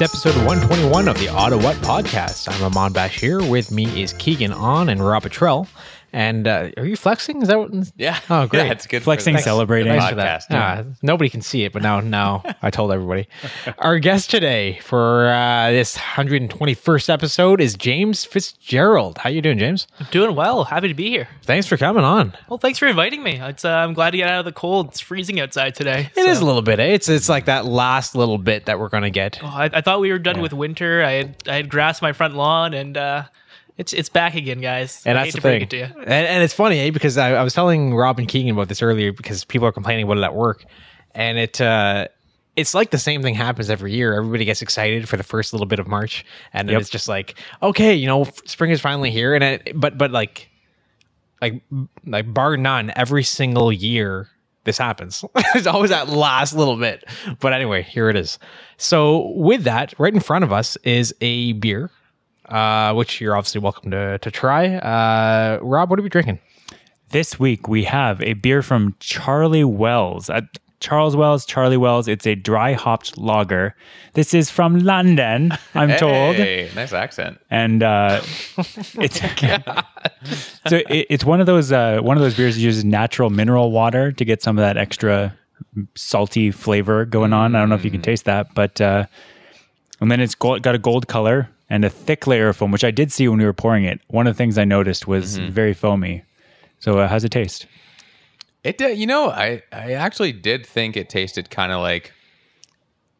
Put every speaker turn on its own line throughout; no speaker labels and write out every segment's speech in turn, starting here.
episode 121 of the Auto What podcast. I'm Amon Bash here. With me is Keegan On and Rob Petrell. And uh, are you flexing? Is that what?
Yeah.
Oh, great.
Yeah, it's good. for
Flexing,
that.
celebrating.
Thanks
Thanks
for
for that.
podcast, yeah.
Ah, nobody can see it, but now, now I told everybody. Our guest today for uh, this 121st episode is James Fitzgerald. How you doing, James?
Doing well. Happy to be here.
Thanks for coming on.
Well, thanks for inviting me. It's, uh, I'm glad to get out of the cold. It's freezing outside today.
It is a little bit. eh? It's it's like that last little bit that we're gonna get.
Oh, I, I thought we were done with winter. I had I had grass my front lawn, and uh, it's it's back again, guys.
And
I
that's
hate
the
to break
thing.
it to you.
And, and it's funny eh, because I, I was telling Rob and Keegan about this earlier because people are complaining about it at work, and it uh, it's like the same thing happens every year. Everybody gets excited for the first little bit of March, and then it's just like, okay, you know, f- spring is finally here. And it, but but like like like bar none, every single year this happens. it's always that last little bit. But anyway, here it is. So with that, right in front of us is a beer uh, which you're obviously welcome to to try. Uh, Rob, what are we drinking?
This week we have a beer from Charlie Wells. Uh, Charles Wells, Charlie Wells. It's a dry hopped lager. This is from London, I'm told.
Hey, nice accent.
And uh, it's so it, it's one of those uh, one of those beers that uses natural mineral water to get some of that extra salty flavor going on. I don't know if you can taste that, but uh, and then it's gold, got a gold color and a thick layer of foam, which I did see when we were pouring it. One of the things I noticed was very foamy. So uh, how's it taste?
It did, you know, I I actually did think it tasted kind of like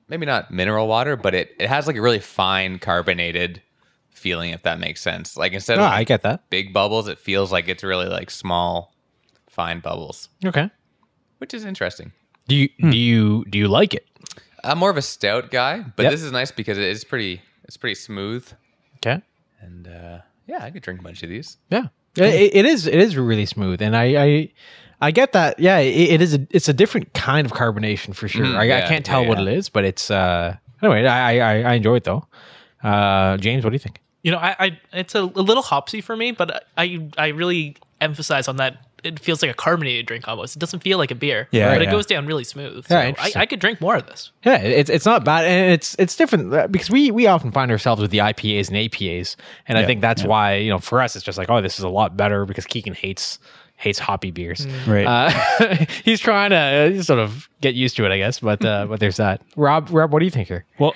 maybe not mineral water, but it it has like a really fine carbonated feeling if that makes sense. Like instead
Oh,
of
I
like,
get that.
big bubbles, it feels like it's really like small fine bubbles,
Okay.
which is interesting.
Do you do you do you like it?
I'm more of a stout guy, but
Yep.
this is nice because it is pretty it's pretty smooth
Okay.
and uh yeah, I could drink a bunch of these.
Yeah. It, it is it is really smooth, and I I, I get that. Yeah, it, it is. A, it's a different kind of carbonation for sure. I, I
yeah,
can't tell
yeah,
what
yeah.
it is, but it's uh anyway. I I, I enjoy it though. Uh, James, what do you think?
You know, I, I it's a, a little hopsy for me, but I I really emphasize on that. It feels like a carbonated drink almost. It doesn't feel like a beer,
Yeah,
but it
yeah.
goes down really smooth.
Yeah,
So I,
interesting.
I could drink more of this.
Yeah, it's it's not bad, and it's it's different uh, because we we often find ourselves with the IPAs and APAs, and I think that's why you know for us it's just like oh this is a lot better because Keegan hates hates hoppy beers,
Right.
Uh, he's trying to uh, sort of get used to it, I guess. But uh, but there's that. Rob, Rob, what do you think here?
Well,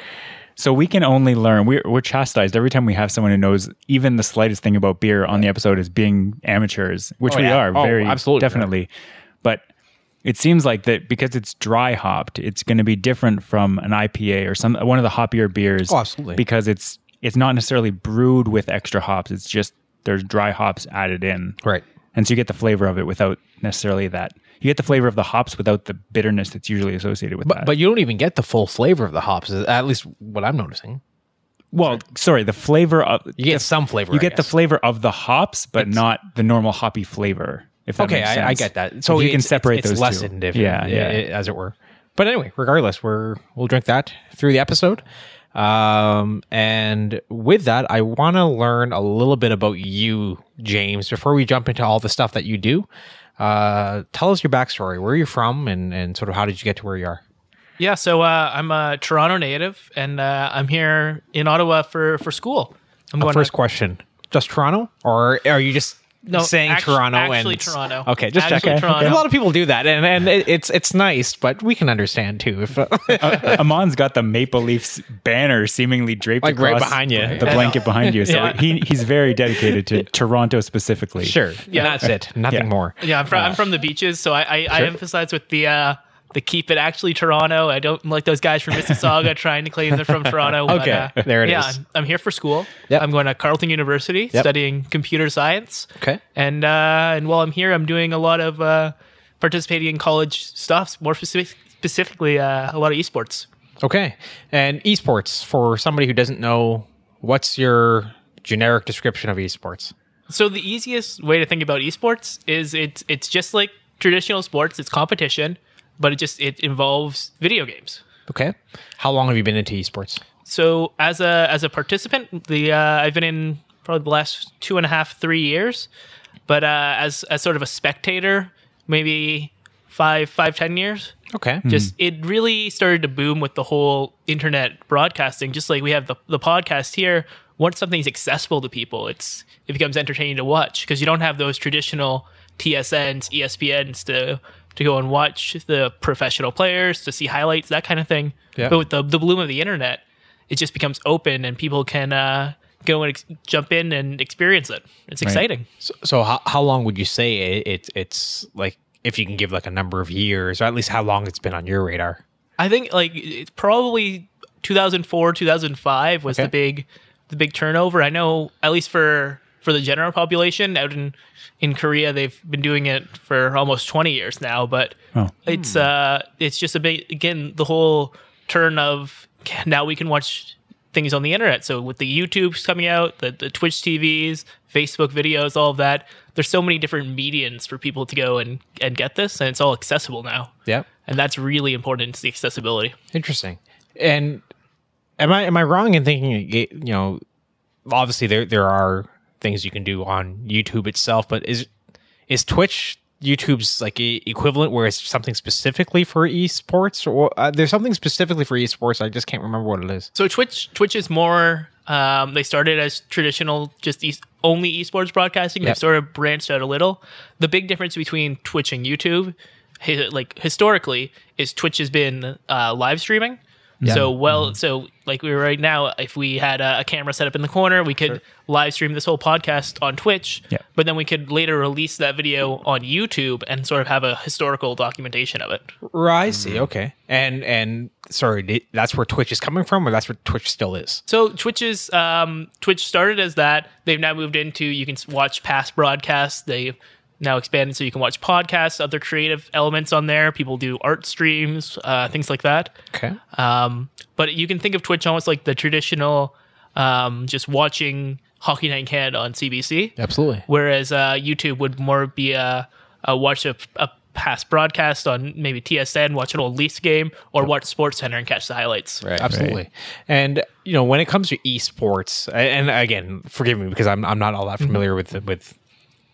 so we can only learn. We're, we're chastised every time we have someone who knows even the slightest thing about beer on the episode as being amateurs, which
Oh,
we
yeah.
are
Oh,
very
absolutely.
definitely. But it seems like that because it's dry hopped, it's going to be different from an IPA or some one of the hoppier beers.
Oh, absolutely.
because it's it's not necessarily brewed with extra hops. It's just there's dry hops added in,
Right.
and so you get the flavor of it without necessarily that. You get the flavor of the hops without the bitterness that's usually associated with that.
But but you don't even get the full flavor of the hops. At least what I'm noticing,
well, sorry, the flavor of
you get some flavor.
You
I
get the
guess.
flavor of the hops, but not the normal hoppy flavor. If that
Okay,
makes
I, I
sense.
get that.
If
So
you can
it's-
separate
it's,
those
it's
two.
lessened, if-
Yeah,
i-
yeah.
i- as it were. But anyway, regardless, we're we'll drink that through the episode. Um, and with that, I want to learn a little bit about you, James, before we jump into all the stuff that you do. Uh, tell us your backstory. Where are you from, and and sort of how did you get to where you are?
Yeah, so uh, I'm a Toronto native, and uh, I'm here in Ottawa for for school. I'm
But
going
First
to,
question: Just Toronto, or are you just saying
act-
Toronto?
actually
and,
Toronto.
Okay, just
Actually
checking.
Toronto.
A lot of people do that, and and it, it's it's nice, but we can understand too if.
Uh, Amon's got the Maple Leafs banner seemingly draped
Like, right
across
behind you.
the
Yeah.
blanket behind you. So he he's very dedicated to Toronto specifically.
Sure. Yeah.
Yeah.
that's it. Nothing
Yeah.
more.
Yeah, I'm from, I'm from the beaches, so I, I, I emphasize with the uh, the keep it actually Toronto. I don't like those guys from Mississauga trying to claim they're from Toronto. but,
Okay,
uh,
there it
yeah,
is.
I'm, I'm here for school.
Yep.
I'm going to Carleton University
Yep.
studying computer science.
Okay.
And uh, and while I'm here, I'm doing a lot of uh, participating in college stuff, more specific, specifically uh, a lot of esports.
Okay. And esports for somebody who doesn't know, what's your generic description of esports?
So the easiest way to think about esports is it's it's just like traditional sports. It's competition, but it just it involves video games.
Okay. How long have you been into esports?
so as a as a participant the uh, i've been in probably the last two and a half three years but uh, as as sort of a spectator maybe five five ten years
Okay.
just it really started to boom with the whole internet broadcasting just like we have the, the podcast here once something's accessible to people it's it becomes entertaining to watch because you don't have those traditional tsns espns to to go and watch the professional players to see highlights that kind of thing
Yeah.
but with the, the bloom of the internet it just becomes open and people can uh go and ex- jump in and experience it it's exciting
So, so how, how long would you say it, it it's like if you can give like a number of years or at least how long it's been on your radar?
I think like it's probably 2004, 2005 was
Okay.
the big the big turnover. I know at least for for the general population out in in Korea they've been doing it for almost 20 years now, but
Oh.
it's uh it's just a big again the whole turn of now we can watch things on the internet. So with the YouTubes coming out, the, the Twitch TVs, Facebook videos, all of that, there's so many different mediums for people to go and and get this and it's all accessible now
Yeah.
and that's really important to the accessibility.
Interesting. And am I am I wrong in thinking you know obviously there there are things you can do on YouTube itself, but is is Twitch YouTube's like e- equivalent where it's something specifically for esports or uh, there's something specifically for esports I just can't remember what it is.
So Twitch, Twitch is more. Um, they started as traditional, just e- only esports broadcasting.
Yep.
They've sort of branched out a little. The big difference between Twitch and YouTube, hi- like historically, is Twitch has been uh, live streaming. So well, so like we were right now, if we had a, a camera set up in the corner, we could live stream this whole podcast on Twitch.
Yeah.
But then we could later release that video on YouTube and sort of have a historical documentation of it.
Right, I see. Okay. And and sorry, di- that's where Twitch is coming from or that's where Twitch still is.
So Twitch is um, Twitch started as that. They've now moved into you can s- watch past broadcasts. They've now expanded so you can watch podcasts, other creative elements on there. People do art streams, uh, things like that.
Okay.
Um, but you can think of Twitch almost like the traditional, um, just watching Hockey Night in Canada on CBC.
Absolutely.
Whereas uh, YouTube would more be a, a watch a, a past broadcast on maybe TSN, watch an old Leafs game, or watch Sports Center and catch the highlights.
Right.
Absolutely. And you know, when it comes to esports, a- and again, forgive me because I'm I'm not all that familiar with the, with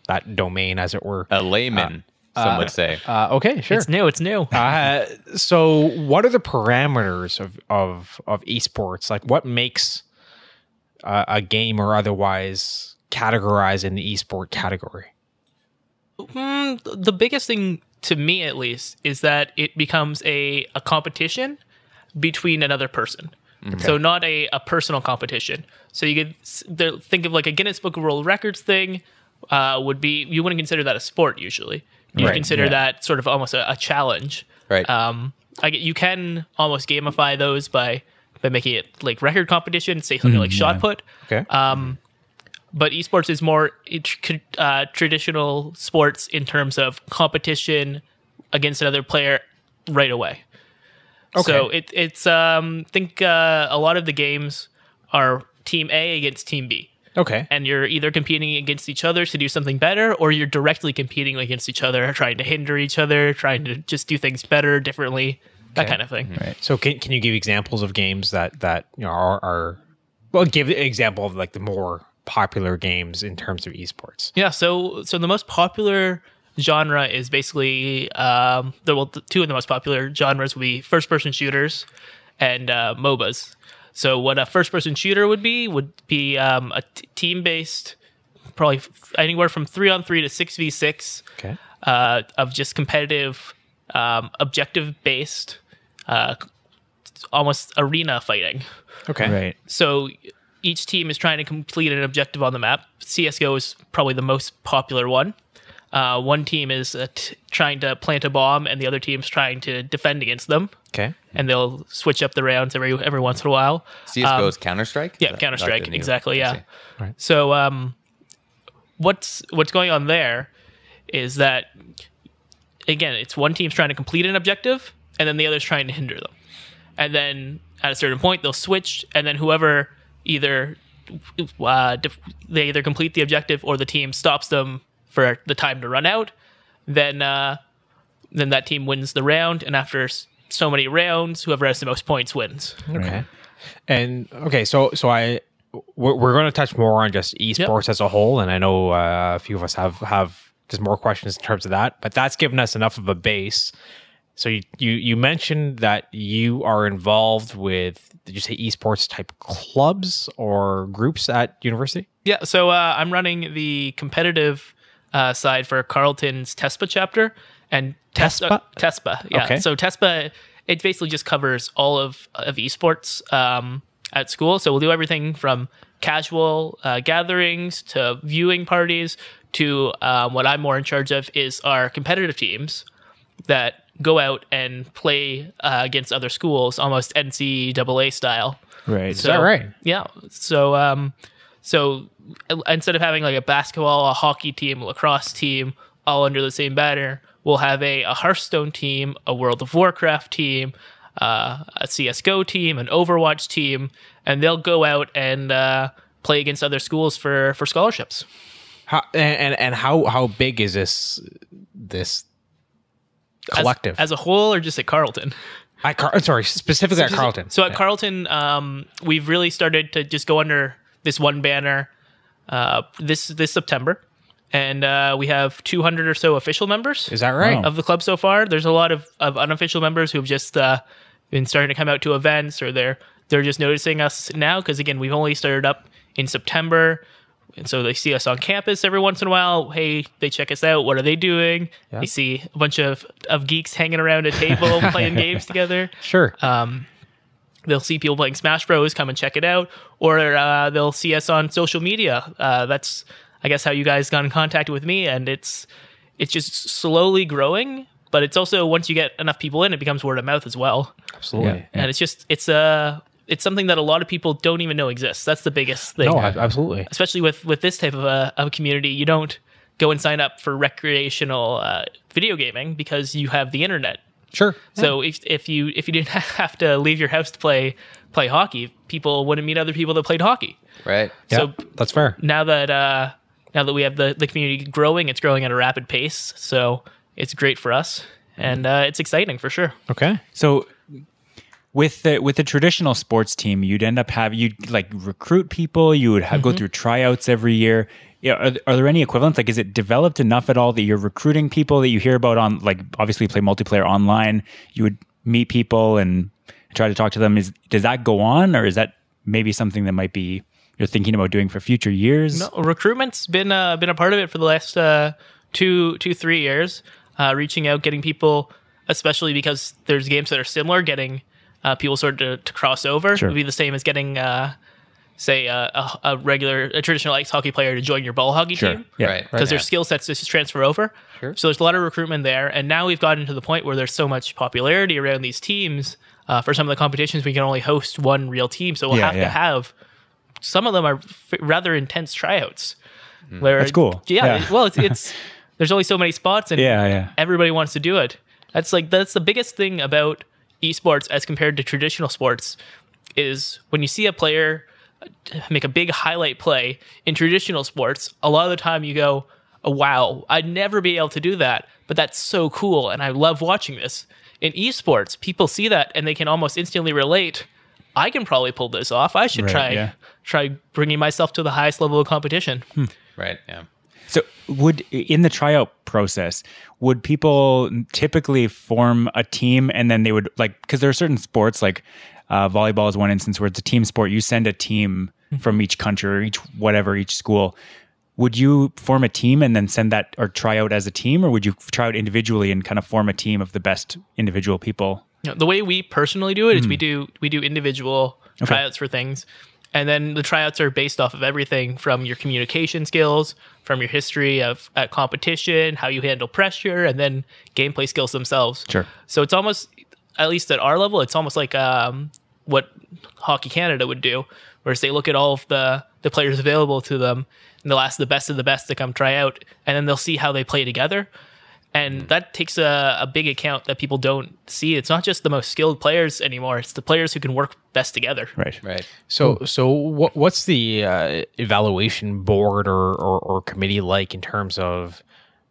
that domain as it were.
A layman, some would say.
Uh, okay, sure.
It's new. It's new.
Uh, so what are the parameters of of of esports? Like what makes uh, a game or otherwise categorized in the esport category?
Mm, th- the biggest thing to me, at least, is that it becomes a, a competition between another person. So not a, a personal competition. So you could s- the- think of like a Guinness Book of World Records thing uh, would be you wouldn't consider that a sport usually. You
Right,
consider
yeah.
that sort of almost a, a challenge.
Right.
Um, I get, you can almost gamify those by by making it like record competition, say something like shot put.
Okay.
Um, but esports is more it- uh, traditional sports in terms of competition against another player right away. So it, it's um, think uh, a lot of the games are team A against team B,
Okay.
and you're either competing against each other to do something better, or you're directly competing against each other, trying to hinder each other, trying to just do things better, differently, that
Okay.
kind of thing.
So can can you give examples of games that that you know are, are well give an example of like the more popular games in terms of esports?
Yeah, so so the most popular genre is basically um, the well, the two of the most popular genres would be first person shooters and uh, MOBAs. So what a first person shooter would be would be um, a t- team based, probably f- anywhere from three on three to six v six
Okay.
uh, of just competitive, um, objective based, uh, almost arena fighting.
Okay.
Right.
So each team is trying to complete an objective on the map. CSGO is probably the most popular one. Uh, one team is uh, t- trying to plant a bomb, and the other team's trying to defend against them.
Okay.
And they'll switch up the rounds every every once in a while.
CSGO's
Um,
Counter Strike?
Yeah, Counter Strike, exactly. Yeah.
Right.
So, um, what's what's going on there is that again, it's one team's trying to complete an objective, and then the other's trying to hinder them. And then at a certain point, they'll switch, and then whoever either uh, def- they either complete the objective or the team stops them for the time to run out. Then, uh, then that team wins the round, and after s- so many rounds, whoever has the most points wins.
Okay. And okay, so so I we're, we're going to touch more on just esports as a whole, and I know uh, a few of us have have just more questions in terms of that, but that's given us enough of a base. So you, you you mentioned that you are involved with did you say esports type clubs or groups at university?
Yeah, so uh, I'm running the competitive uh, side for Carlton's TESPA chapter and TES-
TESPA?
uh, TESPA, yeah.
Okay.
So TESPA, it basically just covers all of of esports um, at school. So we'll do everything from casual uh, gatherings to viewing parties to um, what I'm more in charge of is our competitive teams that go out and play uh, against other schools, almost NCAA style.
Right.
So,
that right?
Yeah. So um, so uh, instead of having like a basketball, a hockey team, a lacrosse team, all under the same banner, we'll have a, a Hearthstone team, a World of Warcraft team, uh, a CS:GO team, an Overwatch team, and they'll go out and uh, play against other schools for for scholarships.
How, and, and and how how big is this this
As-
collective?
as, a whole, or just at Carleton.
I Car- sorry, specifically at Carlton.
So at Carleton, um, we've really started to just go under this one banner uh, this this September, and uh, we have 200 or so official members
is that right?
Wow.
of the club so far. There's a lot of, of unofficial members who've just uh, been starting to come out to events, or they're they're just noticing us now because again, we've only started up in September. And so they see us on campus every once in a while. Hey, they check us out. What are they doing? They see a bunch of, of geeks hanging around a table playing games together
Sure.
Uh, they'll see people playing Smash Bros. Come and check it out, or uh, they'll see us on social media. Uh, that's I guess how you guys got in contact with me, and it's it's just slowly growing. But it's also once you get enough people in, it becomes word of mouth as well,
Absolutely.
and it's just it's uh, it's something that a lot of people don't even know exists. That's the biggest thing,
No, ab- absolutely.
especially with with this type of a of a community. You don't go and sign up for recreational uh, video gaming because you have the internet.
Sure.
So if if you if you didn't have to leave your house to play play hockey, people wouldn't meet other people that played hockey.
right?
Yeah,
So
that's fair.
now that uh, now that we have the the community growing, it's growing at a rapid pace. So it's great for us, and uh, it's exciting for sure.
Okay.
So with the with the traditional sports team, you'd end up having you'd like recruit people. You would have, go through tryouts every year. Yeah, are, th- are there any equivalents? Like, is it developed enough at all that you're recruiting people that you hear about on like obviously you play multiplayer online? You would meet people and try to talk to them. Is does that go on, or is that maybe something that might be you're thinking about doing for future years?
No, recruitment's been uh, been a part of it for the last uh, two two three years. Uh, reaching out, getting people, especially because there's games that are similar, getting uh, people sort of to, to cross over
Sure.
would be the same as getting, uh, say, a, a, a regular a traditional ice hockey player to join your ball hockey team
Yeah.
Right.
because their skill sets just transfer over. So there's a lot of recruitment there, and now we've gotten to the point where there's so much popularity around these teams. Uh, for some of the competitions, we can only host one real team, so we'll
Yeah,
have
yeah.
to have some of them are f- rather intense tryouts. Where
Hmm. That's cool.
Yeah,
Yeah.
well, it's, it's there's only so many spots, and
Yeah, yeah.
everybody wants to do it. That's like that's the biggest thing about esports as compared to traditional sports is when you see a player make a big highlight play in traditional sports, a lot of the time you go, oh, "Wow, I'd never be able to do that," but that's so cool, and I love watching this. In esports, people see that and they can almost instantly relate. I can probably pull this off. I should
Right,
try
yeah.
try bringing myself to the highest level of competition.
Right. Yeah.
So would in the tryout process, would people typically form a team and then they would like because there are certain sports like uh, volleyball is one instance where it's a team sport. You send a team from each country or each whatever each school. Would you form a team and then send that or try out as a team, or would you try out individually and kind of form a team of the best individual people?
you know, the way we personally do it is we do we do individual tryouts for things and then the tryouts are based off of everything from your communication skills from your history of at competition how you handle pressure and then gameplay skills themselves
Sure.
so it's almost at least at our level it's almost like um, what hockey canada would do whereas they look at all of the the players available to them and they'll ask the best of the best to come try out and then they'll see how they play together and that takes a, a big account that people don't see. It's not just the most skilled players anymore; it's the players who can work best together.
Right.
Right.
So so what what's the uh, evaluation board or, or or committee like in terms of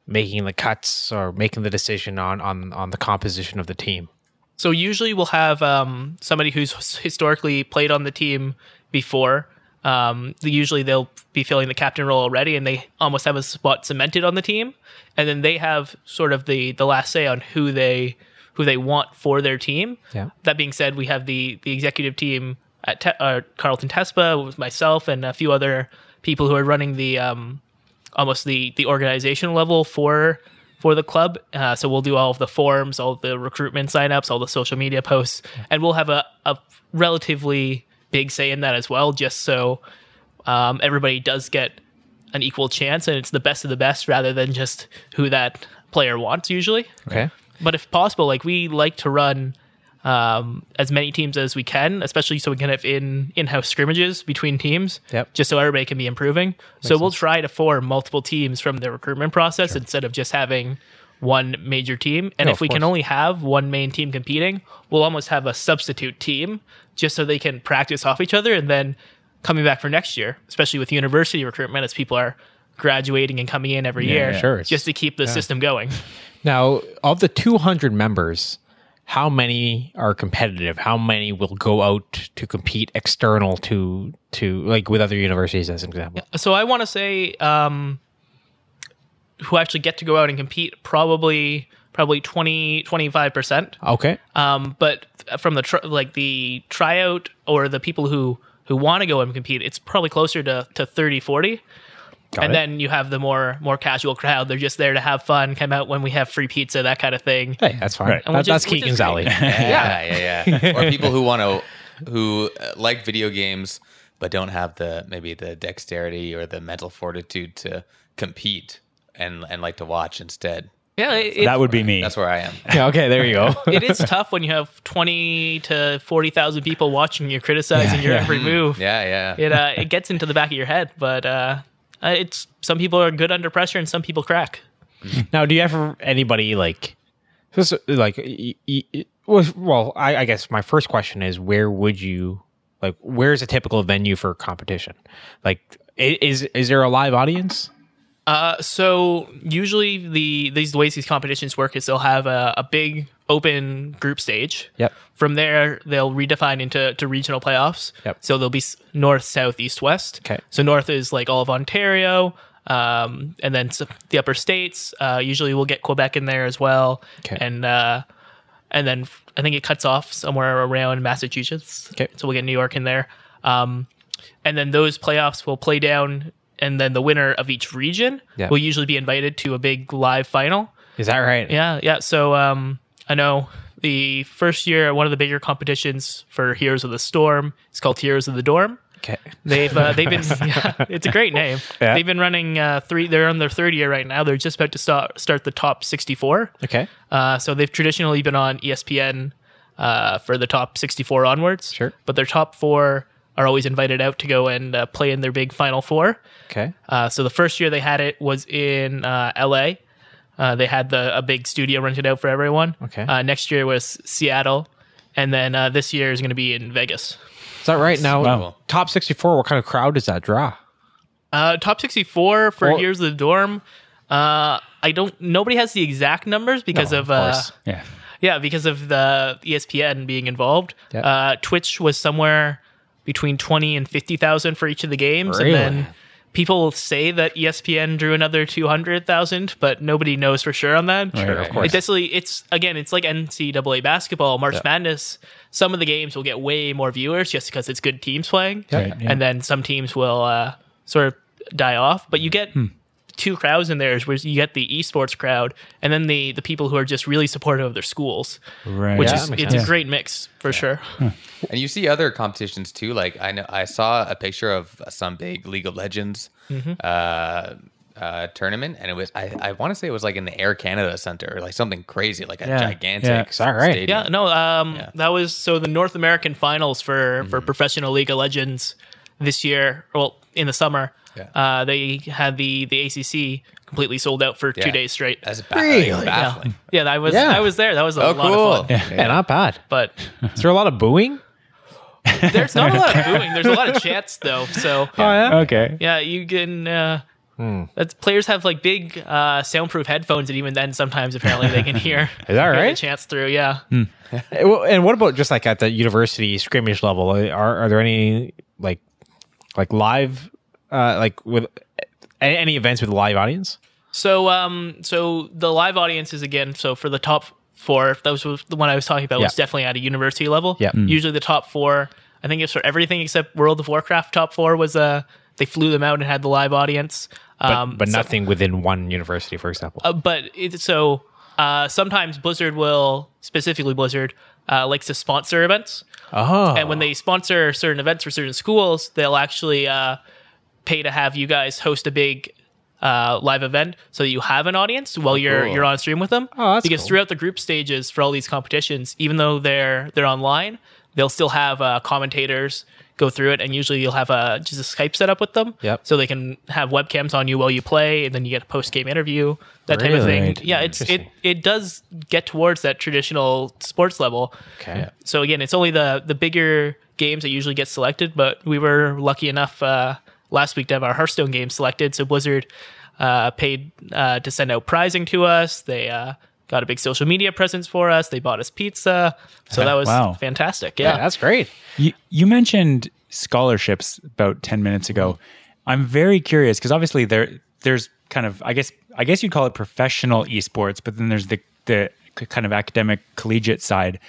making the cuts or making the decision on on on the composition of the team?
So usually we'll have um, somebody who's historically played on the team before. Um, usually they'll be filling the captain role already, and they almost have a spot cemented on the team. And then they have sort of the the last say on who they who they want for their team.
Yeah.
That being said, we have the the executive team at Te- uh, Carlton Tespa with myself and a few other people who are running the um, almost the the organizational level for for the club. Uh, so we'll do all of the forms, all the recruitment signups, all the social media posts, and we'll have a, a relatively big say in that as well. Just so um, everybody does get an equal chance, and it's the best of the best rather than just who that player wants usually
Okay.
but if possible, like we like to run um, as many teams as we can, especially so we can have in in-house scrimmages between teams,
Yep.
just so everybody can be improving. so we'll try to form multiple teams from the recruitment process instead of just having one major team. And
No,
if
of
we can
course.
only have one main team competing, we'll almost have a substitute team just so they can practice off each other and then coming back for next year, especially with university recruitment as people are graduating and coming in every year
sure. It's-
just to keep the system going.
Now, of the 200 members, how many are competitive? How many will go out to compete external to to like with other universities as an example?
so I want to say um, who actually get to go out and compete probably probably 20 25%.
Okay.
Um, but from the tr- like the tryout or the people who who want to go and compete, it's probably closer to to 30 40.
Got
and
it.
then you have the more more casual crowd. They're just there to have fun, come out when we have free pizza, that kind of thing.
Hey, that's fine.
Right.
That-
Which is-
that's
which is
Keegan's
great.
alley.
Yeah, yeah, yeah. or people who want to, who uh, like video games but don't have the maybe the dexterity or the mental fortitude to compete and and like to watch instead.
Yeah, it,
that would be me.
That's where I am.
Yeah, okay, there you go.
it is tough when you have 20 to 40,000 people watching you criticizing your every move.
Yeah, yeah.
it uh, it gets into the back of your head, but uh, uh, it's some people are good under pressure and some people crack.
now, do you have anybody like, just, like, y- y- y- well, well, I, I guess my first question is where would you, like, where's a typical venue for competition? Like, i- is is there a live audience?
Uh, so usually the these the ways these competitions work is they'll have a, a big open group stage.
Yep.
From there, they'll redefine into to regional playoffs.
Yep.
So there'll be s- north, south, east, west.
Okay.
So north is like all of Ontario, um, and then s the upper states. Uh, usually we'll get Quebec in there as well.
Okay.
And uh, and then f- I think it cuts off somewhere around Massachusetts.
Okay.
So we'll get New York in there. Um, and then those playoffs will play down, and then the winner of each region
Yeah.
will usually be invited to a big live final.
Is that right?
Yeah, yeah. So um, I know the first year, one of the bigger competitions for Heroes of the Storm is called Heroes of the Dorm.
Okay.
They've uh, they've been yeah, it's a great name.
Yeah.
They've been running uh, three. They're on their third year right now. They're just about to start start the top sixty four.
Okay.
Uh, so they've traditionally been on E ESPN uh, for the top 64 onwards.
Sure.
But their top four are always invited out to go and uh, play in their big Final Four.
Okay.
Uh, so the first year they had it was in uh, LA. Uh, they had the a big studio rented out for everyone.
Okay.
Uh, next year was Seattle, and then uh, this year is going to be in Vegas.
Is that right? Now,
Wow.
top 64, what kind of crowd does that draw?
Uh, top 64 for
Or-
years of the dorm. Uh, I don't. Nobody has the exact numbers because
No,
of,
of
uh,
course.
yeah.
Yeah, because of the E ESPN being involved.
Yeah.
Uh, Twitch was somewhere between twenty and fifty thousand for each of the games,
Really?
and then people say that E ESPN drew another two hundred thousand, but nobody knows for sure on that.
Sure, of
Right.
course.
It's basically it's again, it's like NCAA basketball, March Madness. Some of the games will get way more viewers just because it's good teams playing,
Right, yeah.
and then some teams will uh, sort of die off. But you get
Hmm.
two crowds in there is where you get the esports crowd and then the the people who are just really supportive of their schools
Right.
which
Yeah,
is
that makes
it's
sense. Hmm.
a great mix for sure
And you see other competitions too. Like I know I saw a picture of some big League of Legends uh, uh, tournament, and it was I, I want to say it was like in the Air Canada Center, or like something crazy, like a
Yeah.
gigantic.
Yeah.
Is that right?
stadium.
yeah no um that was so the north american finals for for
Mm-hmm.
professional league of legends this year well in the summer
Yeah.
uh they had the the acc completely sold out for two
Yeah.
days straight
That's ba-
Really?
yeah.
baffling.
yeah i was
Yeah.
i was there that was a
Oh,
lot
cool.
of fun
Yeah, not bad.
but
Is there a lot of booing?
there's not a lot of booing there's a lot of chants though so
Oh, yeah.
Okay.
Yeah, you can. Uh,
Hmm.
that's, players have like big uh, soundproof headphones, and even then, sometimes apparently they can hear.
Is that
hear the
right?
chants through, yeah.
Eh, Well, and what about just like at the university scrimmage level? Are are there any like like live uh like with a- any events with a live audience?
So, um, so the live audience is again. So for the top four, if that was the one I was talking about,
Yeah.
was definitely at a university level.
Yeah. Mm.
Usually the top four, I think it's for everything except World of Warcraft. Top four was uh they flew them out and had the live audience.
But,
Um,
but
so-
nothing within one university, for example.
uh, but it, so uh, sometimes Blizzard will specifically Blizzard uh, likes to sponsor events,
oh,
and when they sponsor certain events for certain schools, they'll actually uh, pay to have you guys host a big uh, live event so that you have an audience while you're
cool.
you're on stream with them.
Oh, that's
because
cool.
throughout the group stages for all these competitions, even though they're they're online, they'll still have uh, commentators go through it, and usually you'll have a just a Skype set up with them,
Yep.
so they can have webcams on you while you play, and then you get a post game interview, that type of thing.
Brilliant.
Yeah, it's it
Interesting.
it does get towards that traditional sports level.
okay.
So again, it's only the the bigger games that usually get selected, but we were lucky enough uh, last week to have our Hearthstone game selected. So Blizzard uh, paid uh, to send out prizing to us. They uh, got a big social media presence for us. They bought us pizza. So that was
Wow.
fantastic.
yeah,
Yeah.
that's great.
You, you mentioned scholarships about 10 minutes ago. I'm very curious because obviously there there's kind of I guess I guess you'd call it professional esports, but then there's the the c- kind of academic collegiate side.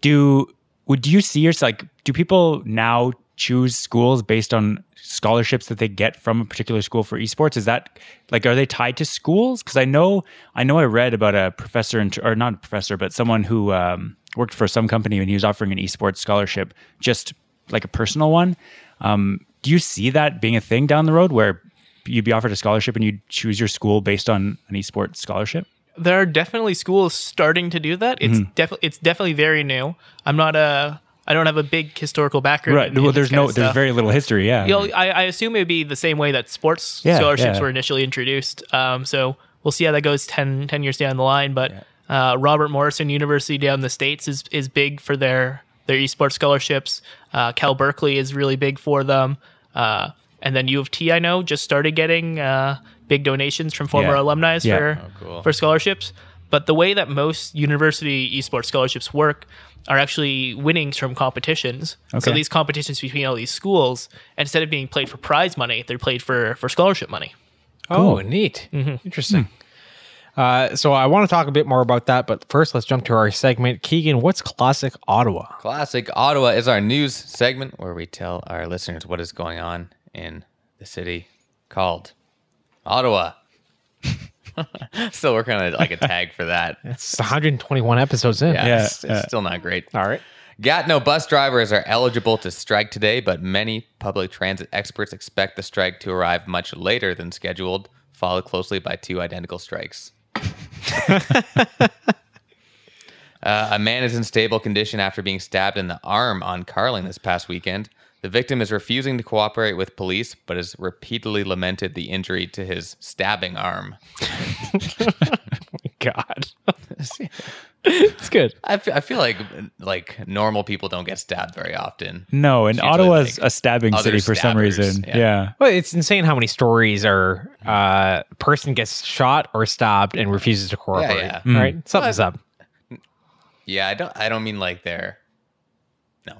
Do would you see yours like do people now choose schools based on scholarships that they get from a particular school for esports is that like are they tied to schools because i know i know i read about a professor in, or not a professor but someone who um, worked for some company and he was offering an esports scholarship just like a personal one um, do you see that being a thing down the road where you'd be offered a scholarship and you'd choose your school based on an esports scholarship
there are definitely schools starting to do that. It's
Mm-hmm.
definitely it's definitely very new. I'm not a I don't have a big historical background. in- in
well
this
there's
kind
no
of
there's
stuff.
very little history yeah
you know, I, I assume it would be the same way that sports
Yeah,
scholarships
yeah.
were initially introduced. Um, so we'll see how that goes 10, 10 years down the line. But uh, Robert Morrison University down in the states is is big for their their esports scholarships. Uh, Cal Berkeley is really big for them, uh, and then U of T I know just started getting uh, big donations from former
Yeah.
alumni
Yeah.
for
Oh, cool.
for scholarships. But the way that most university esports scholarships work are actually winnings from competitions. So
Okay.
these competitions between all these schools, instead of being played for prize money, they're played for, for scholarship money.
Cool.
Oh, neat.
Mm-hmm.
Interesting. Uh, so I want to talk a bit more about that, but first let's jump to our segment. Keegan, what's classic Ottawa?
Classic Ottawa is our news segment where we tell our listeners what is going on in the city called Ottawa. Still working on like a tag for that.
It's 121 episodes in.
Yeah,
Yeah,
it's, it's
yeah.
still not great.
All right.
Gatineau bus drivers are eligible to strike today, but many public transit experts expect the strike to arrive much later than scheduled, followed closely by two identical strikes. Uh, a man is in stable condition after being stabbed in the arm on Carling this past weekend. The victim is refusing to cooperate with police, but has repeatedly lamented the injury to his stabbing arm.
God. it's good.
I fe- I feel like like normal people don't get stabbed very often.
no and
It's usually,
ottawa's
like,
a stabbing
other
city for some
stabbers,
reason
yeah.
yeah.
Well, it's insane how many stories are uh person gets shot or stabbed and refuses to cooperate.
yeah.
All right. Something's up.
Yeah, I don't. I don't mean like they're. No.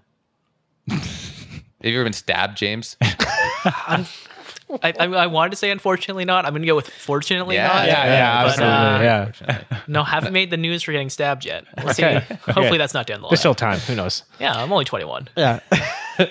Have you ever been stabbed, James?
I, I, I wanted to say unfortunately not. I'm going to go with fortunately
Yeah,
not.
yeah,
yeah,
But,
absolutely,
uh,
yeah.
No, haven't made the news for getting stabbed yet. We'll see.
Okay.
Hopefully that's not down the line.
There's still time. Who knows?
yeah, I'm only 21.
Yeah.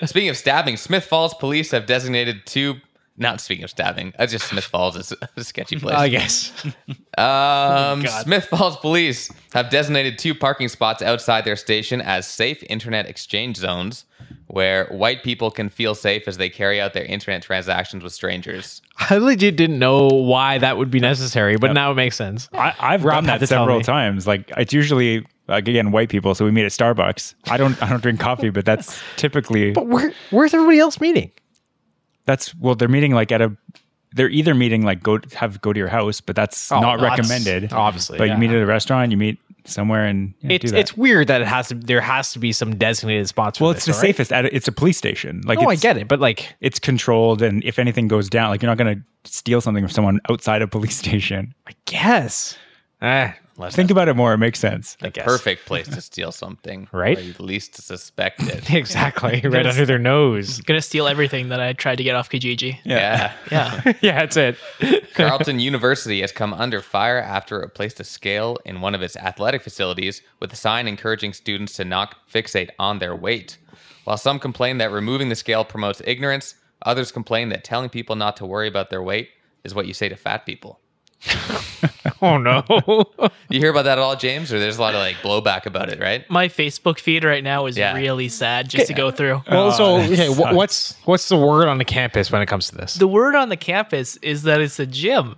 speaking of stabbing, Smith Falls police have designated two. Not speaking of stabbing, that's just Smith Falls is a sketchy place.
I oh guess.
Um,
God.
Smith Falls police have designated two parking spots outside their station as safe internet exchange zones, where white people can feel safe as they carry out their internet transactions with strangers.
I legit didn't know why that would be necessary, but now it makes sense.
I, I've
Rob
done
had to
that
tell
several
me.
times. Like it's usually like again white people, so we meet at Starbucks. I don't I don't drink coffee, but that's typically
But where where's everybody else meeting?
that's well they're meeting like at a they're either meeting like go have go to your house, but that's
Oh,
not
that's-
recommended.
obviously,
but
yeah.
you meet at a restaurant, you meet somewhere, and yeah,
It's
do that.
it's weird that it has to there has to be some designated spots. For
well, it's the
this, all right?
safest. At a, it's a police station. Like
No, Oh, I
it's,
get it, but like
It's controlled, and if anything goes down, like you're not going to steal something from someone outside a police station.
Yes. Ah,
Unless
Think
that's
about it more. It makes sense.
I
the
guess.
perfect place to steal something,
Right?
where you least suspect it.
Exactly. Right
Yes.
under their nose.
Gonna steal everything that I tried to get off Kijiji.
yeah.
Yeah.
yeah, that's it.
Carleton University has come under fire after it placed a scale in one of its athletic facilities with a sign encouraging students to not fixate on their weight. While some complain that removing the scale promotes ignorance, others complain that telling people not to worry about their weight is what you say to fat people.
Oh no.
You hear about that at all, James? Or there's a lot of like blowback about it, right?
My Facebook feed right now is
Yeah.
really sad just to go through.
well, so
that
okay, wh-
sucks.
what's what's the word on the campus when it comes to this?
The word on the campus is that it's a gym.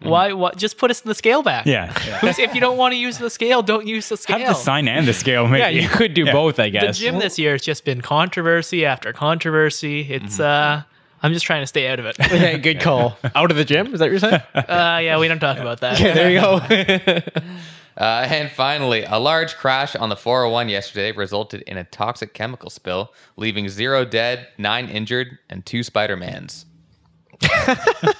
Why, why? Just put us in the scale back.
Mm. Yeah.
Because if you don't want to use the scale, don't use the scale.
Have the sign and the scale. Maybe.
yeah, you could do both, I
the
guess.
gym this year has just been controversy after controversy. It's
Mm-hmm.
uh, I'm just trying to stay out of it. uh,
Okay, good call. Out of the gym? Is that what you're saying?
yeah, we don't talk about that.
Okay, there you go.
Uh, and finally, a large crash on the 401 yesterday resulted in a toxic chemical spill, leaving zero dead, nine injured, and two Spider-Mans. and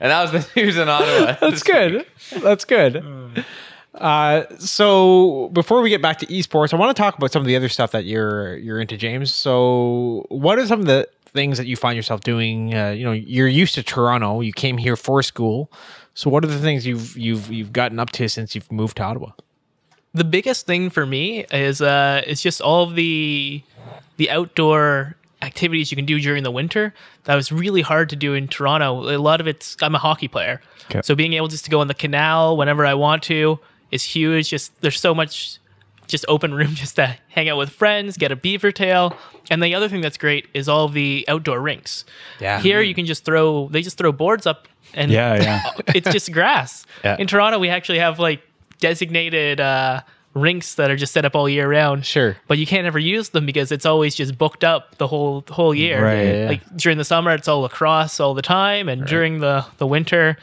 that was the news in Ottawa.
That's good. That's good. Uh, so before we get back to esports, I want to talk about some of the other stuff that you're you're into, James. So, what are some of the things that you find yourself doing? Uh, you know, you're used to Toronto. You came here for school. So, what are the things you've you've you've gotten up to since you've moved to Ottawa?
the biggest thing for me is uh it's just all of the the outdoor activities you can do during the winter that was really hard to do in toronto a lot of it's i'm a hockey player
Okay.
so being able just to go on the canal whenever i want to is huge just there's so much just open room just to hang out with friends get a beaver tail and the other thing that's great is all the outdoor rinks
Yeah.
here you can just throw they just throw boards up and
Yeah, yeah.
it's just grass.
Yeah.
In Toronto, we actually have like designated uh, rinks that are just set up all year round.
Sure.
but you can't ever use them because it's always just booked up the whole the whole year.
Right. Yeah, yeah.
Like during the summer, it's all lacrosse all the time, and during the the winter,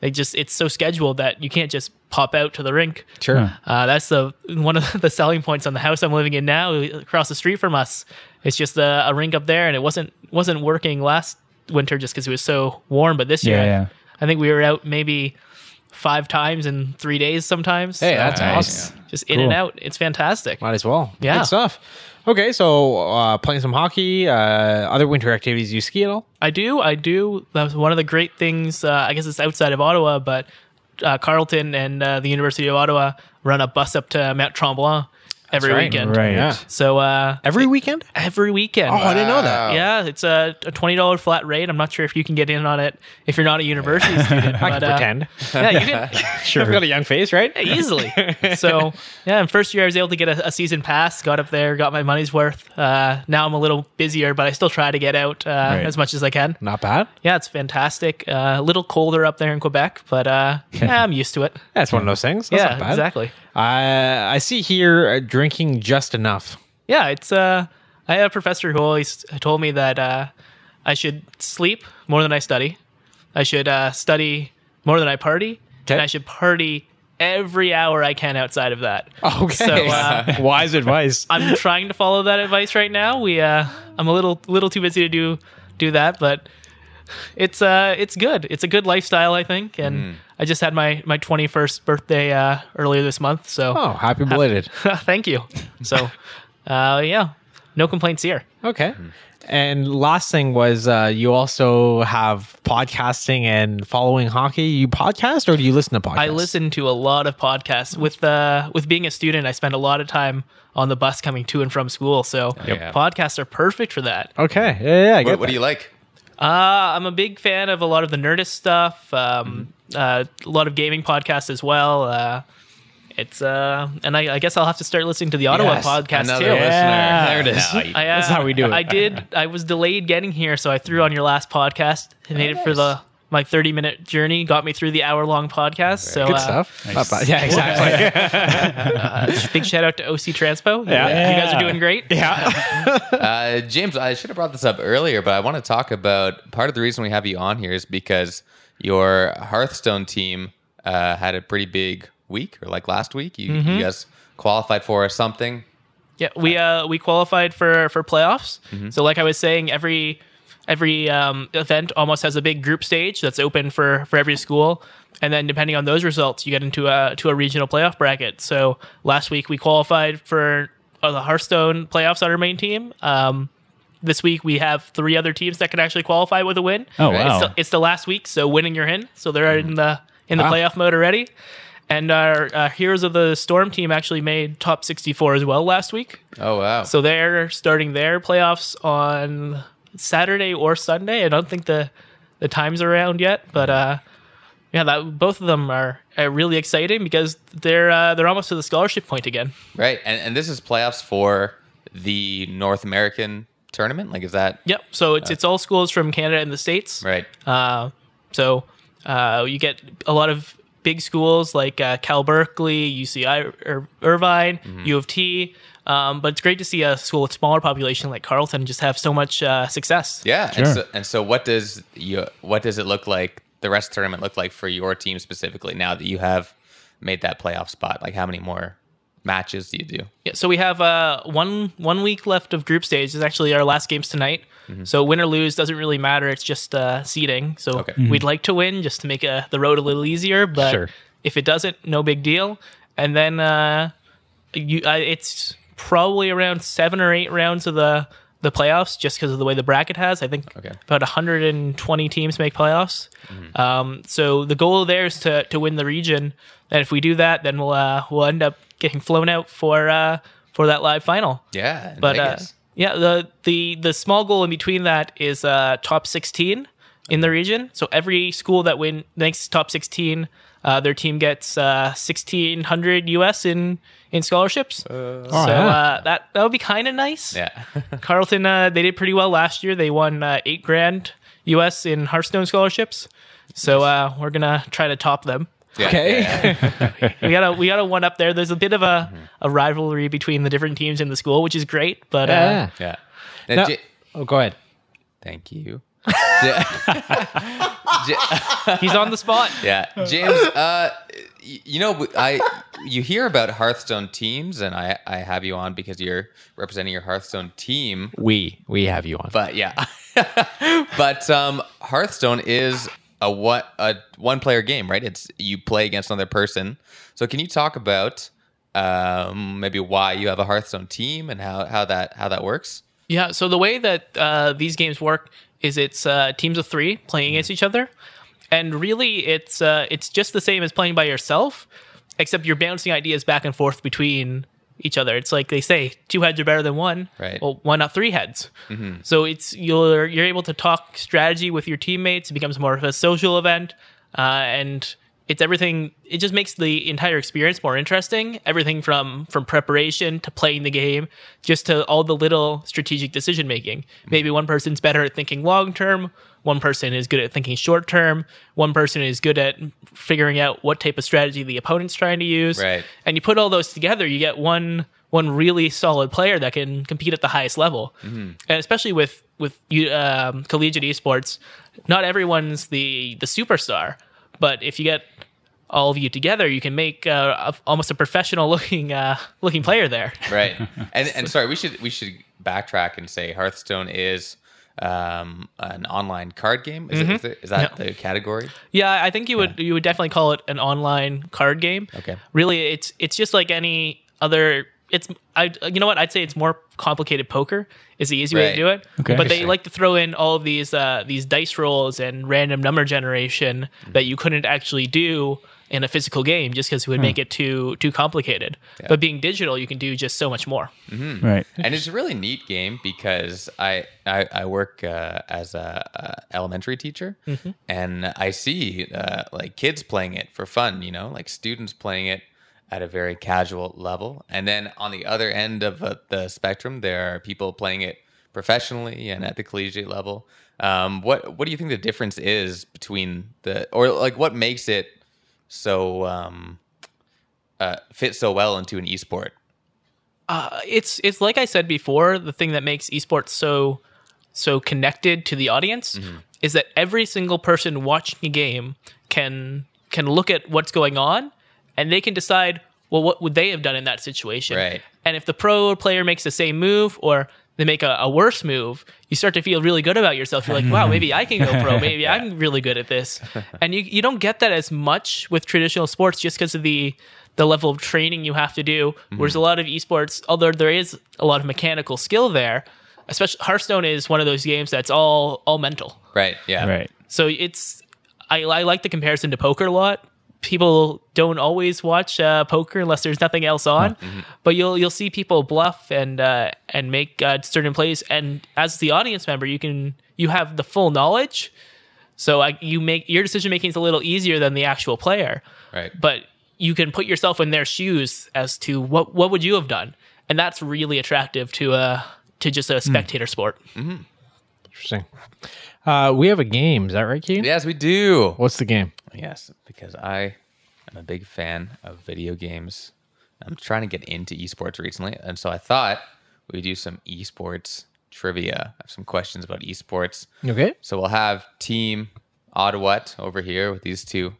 they just it's so scheduled that you can't just pop out to the rink.
Sure.
Uh, that's the one of the selling points on the house I'm living in now, across the street from us. It's just a, a rink up there, and it wasn't wasn't working last winter just because it was so warm. But this year,
Yeah, yeah.
I think we were out maybe five times in three days. Sometimes,
Hey, that's
Nice.
awesome.
just in and
cool.
out. It's fantastic.
Might as well.
Yeah.
Good stuff. Okay, so uh, playing some hockey, uh, other winter activities. You ski at all?
I do, I do. That was one of the great things. Uh, I guess it's outside of Ottawa, but uh, Carleton and uh, the University of Ottawa run a bus up to Mount Tremblant every
right.
weekend.
Right.
Yeah.
So uh,
Every weekend?
every weekend.
Oh, I didn't know that.
Wow.
Yeah, it's a, a twenty dollar flat rate. I'm not sure if you can get in on it if you're not a university student.
I can
but, uh,
pretend.
Yeah, you can
I've
Sure.
got a young face, right?
easily. So yeah, in first year I was able to get a, a season pass. Got up there, got my money's worth. Uh, now I'm a little busier, but I still try to get out uh, as much as I can.
Not bad.
Yeah, it's fantastic. Uh, a little colder up there in Quebec, but uh, yeah, I'm used to it.
That's one of those things. That's
yeah,
not bad.
exactly.
I I see here uh, drinking just enough.
yeah, it's uh, I had a professor who always told me that uh, I should sleep more than I study. I should uh, study more than I party,
Okay.
and I should party every hour I can outside of that.
Okay,
So uh,
wise advice.
I'm trying to follow that advice right now. We uh, I'm a little little too busy to do do that, but it's uh it's good. It's a good lifestyle, I think. And
Mm.
I just had my my 21st birthday uh, earlier this month, so
Oh, happy belated.
thank you. So uh, yeah, no complaints here.
Okay.
Hmm.
And last thing was uh, you also have podcasting and following hockey. You podcast or do you listen to podcasts?
I listen to a lot of podcasts. With uh, with being a student, I spend a lot of time on the bus coming to and from school. So
Oh,
yeah.
podcasts are perfect for that.
Okay. Yeah, yeah I get
What, what
that.
do you like?
Uh, I'm a big fan of a lot of the Nerdist stuff. Um,
Mm-hmm.
uh, a lot of gaming podcasts as well. Uh, it's uh, and I, I guess I'll have to start listening to the Ottawa
Yes,
podcast
Another
too.
listener.
Yeah.
There it is.
I, uh,
That's how we do it.
I did. I was delayed getting here, so I threw on your last podcast. I made it for the my 30 minute journey. Got me through the hour long podcast. so
Good
uh,
stuff. Not bad. Yeah, exactly.
Big shout out to OC Transpo.
Yeah.
You guys are doing great.
yeah.
Uh, James, I should have brought this up earlier, but I want to talk about part of the reason we have you on here is because your Hearthstone team uh, had a pretty big week, or like last week, you, you guys qualified for something.
Yeah, we uh we qualified for for playoffs. So like I was saying, every every um, event almost has a big group stage that's open for for every school and then depending on those results you get into a to a regional playoff bracket so last week we qualified for uh, the hearthstone playoffs on our main team um, this week we have three other teams that can actually qualify with a win
Oh,
Right.
wow.
it's, the, it's the last week so winning you're in so they're in the in the
Wow.
playoff mode already and our uh, heroes of the storm team actually made top 64 as well last week
Oh wow.
so they're starting their playoffs on Saturday or Sunday. I don't think the the times are around yet, but uh, yeah, that both of them are, uh really exciting because they're uh, they're almost to the scholarship point again.
right. And and this is playoffs for the North American tournament. Like is that
Yep. So it's it's all schools from Canada and the states.
right?
Uh, so uh, you get a lot of big schools like uh, Cal Berkeley, UC I- Ir- Irvine,
Mm-hmm.
U of T. Um, but it's great to see a school with smaller population like Carleton just have so much uh, success.
Yeah.
Sure.
And, so, and so what does you what does it look like the rest of the tournament look like for your team specifically now that you have made that playoff spot? Like how many more matches do you do?
Yeah, so we have uh, one one week left of group stage. It's actually our last games tonight.
Mm-hmm.
So win or lose doesn't really matter. It's just uh, seeding. So
Okay.
we'd like to win just to make uh, the road a little easier. But
Sure.
if it doesn't, no big deal. And then uh, you, uh, it's probably around seven or eight rounds of the the playoffs, just because of the way the bracket has. I think
Okay.
about 120 teams make playoffs. Um, so the goal there is to to win the region, and if we do that, then we'll uh, we'll end up getting flown out for uh, for that live final.
Yeah. in
But uh,
Vegas.
yeah, the the the small goal in between that is uh, top 16 in the region. So every school that win makes top 16, uh, their team gets uh, 1600 US in in scholarships. so
Oh, yeah.
uh, that that would be kind of nice.
yeah.
Carlton, uh, they did pretty well last year. They won uh, eight grand US in Hearthstone scholarships. So uh, we're gonna try to top them.
Yeah,
Okay.
yeah, yeah.
We got to we got to one up there. There's a bit of a, a rivalry between the different teams in the school, which is great. But uh,
Yeah.
Yeah. Now,
No-
J-
oh, go ahead.
thank you. J- J-
he's on the spot.
yeah, James. Uh, y- you know, I you hear about Hearthstone teams, and I I have you on because you're representing your Hearthstone team.
We we have you on.
But yeah, but um, Hearthstone is a what a one player game, right? It's you play against another person. So can you talk about um, maybe why you have a Hearthstone team and how how that how that works?
Yeah. So the way that uh, these games work is it's uh, teams of three playing against each other, and really it's uh, it's just the same as playing by yourself, except you're bouncing ideas back and forth between each other. It's like they say, two heads are better than one.
Right.
Well, why not three heads? So it's you're you're able to talk strategy with your teammates. It becomes more of a social event, uh, and it's everything. It just makes the entire experience more interesting. Everything from from preparation to playing the game, just to all the little strategic decision making. Maybe one person's better at thinking long term. One person is good at thinking short term. One person is good at figuring out what type of strategy the opponent's trying to use
Right.
and you put all those together, you get one one really solid player that can compete at the highest level. And especially with with you- um, collegiate esports, not everyone's the the superstar, but if you get all of you together, you can make uh, a, almost a professional looking uh, looking player there.
right and and sorry we should we should backtrack and say hearthstone is um an online card game is, it- is it- is that the category
Yeah, I think you would you would definitely call it an online card game.
Okay.
Really, it's it's just like any other. It's I you know what I'd say it's more complicated. Poker is the easy way
Right.
to do it.
Okay.
But they
Interesting.
like to throw in all of these uh, these dice rolls and random number generation
Mm-hmm.
that you couldn't actually do in a physical game just because it would
Hmm.
make it too too complicated. But being digital, you can do just so much more.
Hmm.
Right.
and it's a really neat game because I I, I work uh, as a, a elementary teacher, and I see uh, like kids playing it for fun, you know, like students playing it at a very casual level, and then on the other end of uh, the spectrum, there are people playing it professionally and at the collegiate level. Um, what what do you think the difference is between the or like what makes it so um, uh, fit so well into an esport?
uh, it's it's like I said before, the thing that makes esports so so connected to the audience
Mm-hmm.
is that every single person watching a game can can look at what's going on and they can decide well what would they have done in that situation.
Right.
And if the pro player makes the same move or they make a, a worse move, you start to feel really good about yourself. You're like, wow, maybe I can go pro. Maybe I'm really good at this. And you, you don't get that as much with traditional sports just because of the the level of training you have to do. Whereas a lot of esports, although there is a lot of mechanical skill there, especially Hearthstone is one of those games that's all all mental.
Right. Yeah.
Right.
So it's I, I like the comparison to poker a lot. People don't always watch uh, poker unless there's nothing else on,
mm-hmm.
but you'll you'll see people bluff and uh, and make uh, certain plays. And as the audience member, you can you have the full knowledge, so I, you make your decision making is a little easier than the actual player.
Right.
But you can put yourself in their shoes as to what what would you have done, and that's really attractive to uh to just
Hmm.
a spectator sport.
Interesting. Uh, we have a game. Is that right, Keegan?
yes, we do.
What's the game?
Yes, because I am a big fan of video games. I'm trying to get into esports recently, and so I thought we'd do some esports trivia. I have some questions about esports.
Okay.
So we'll have Team Ottawa over here with these two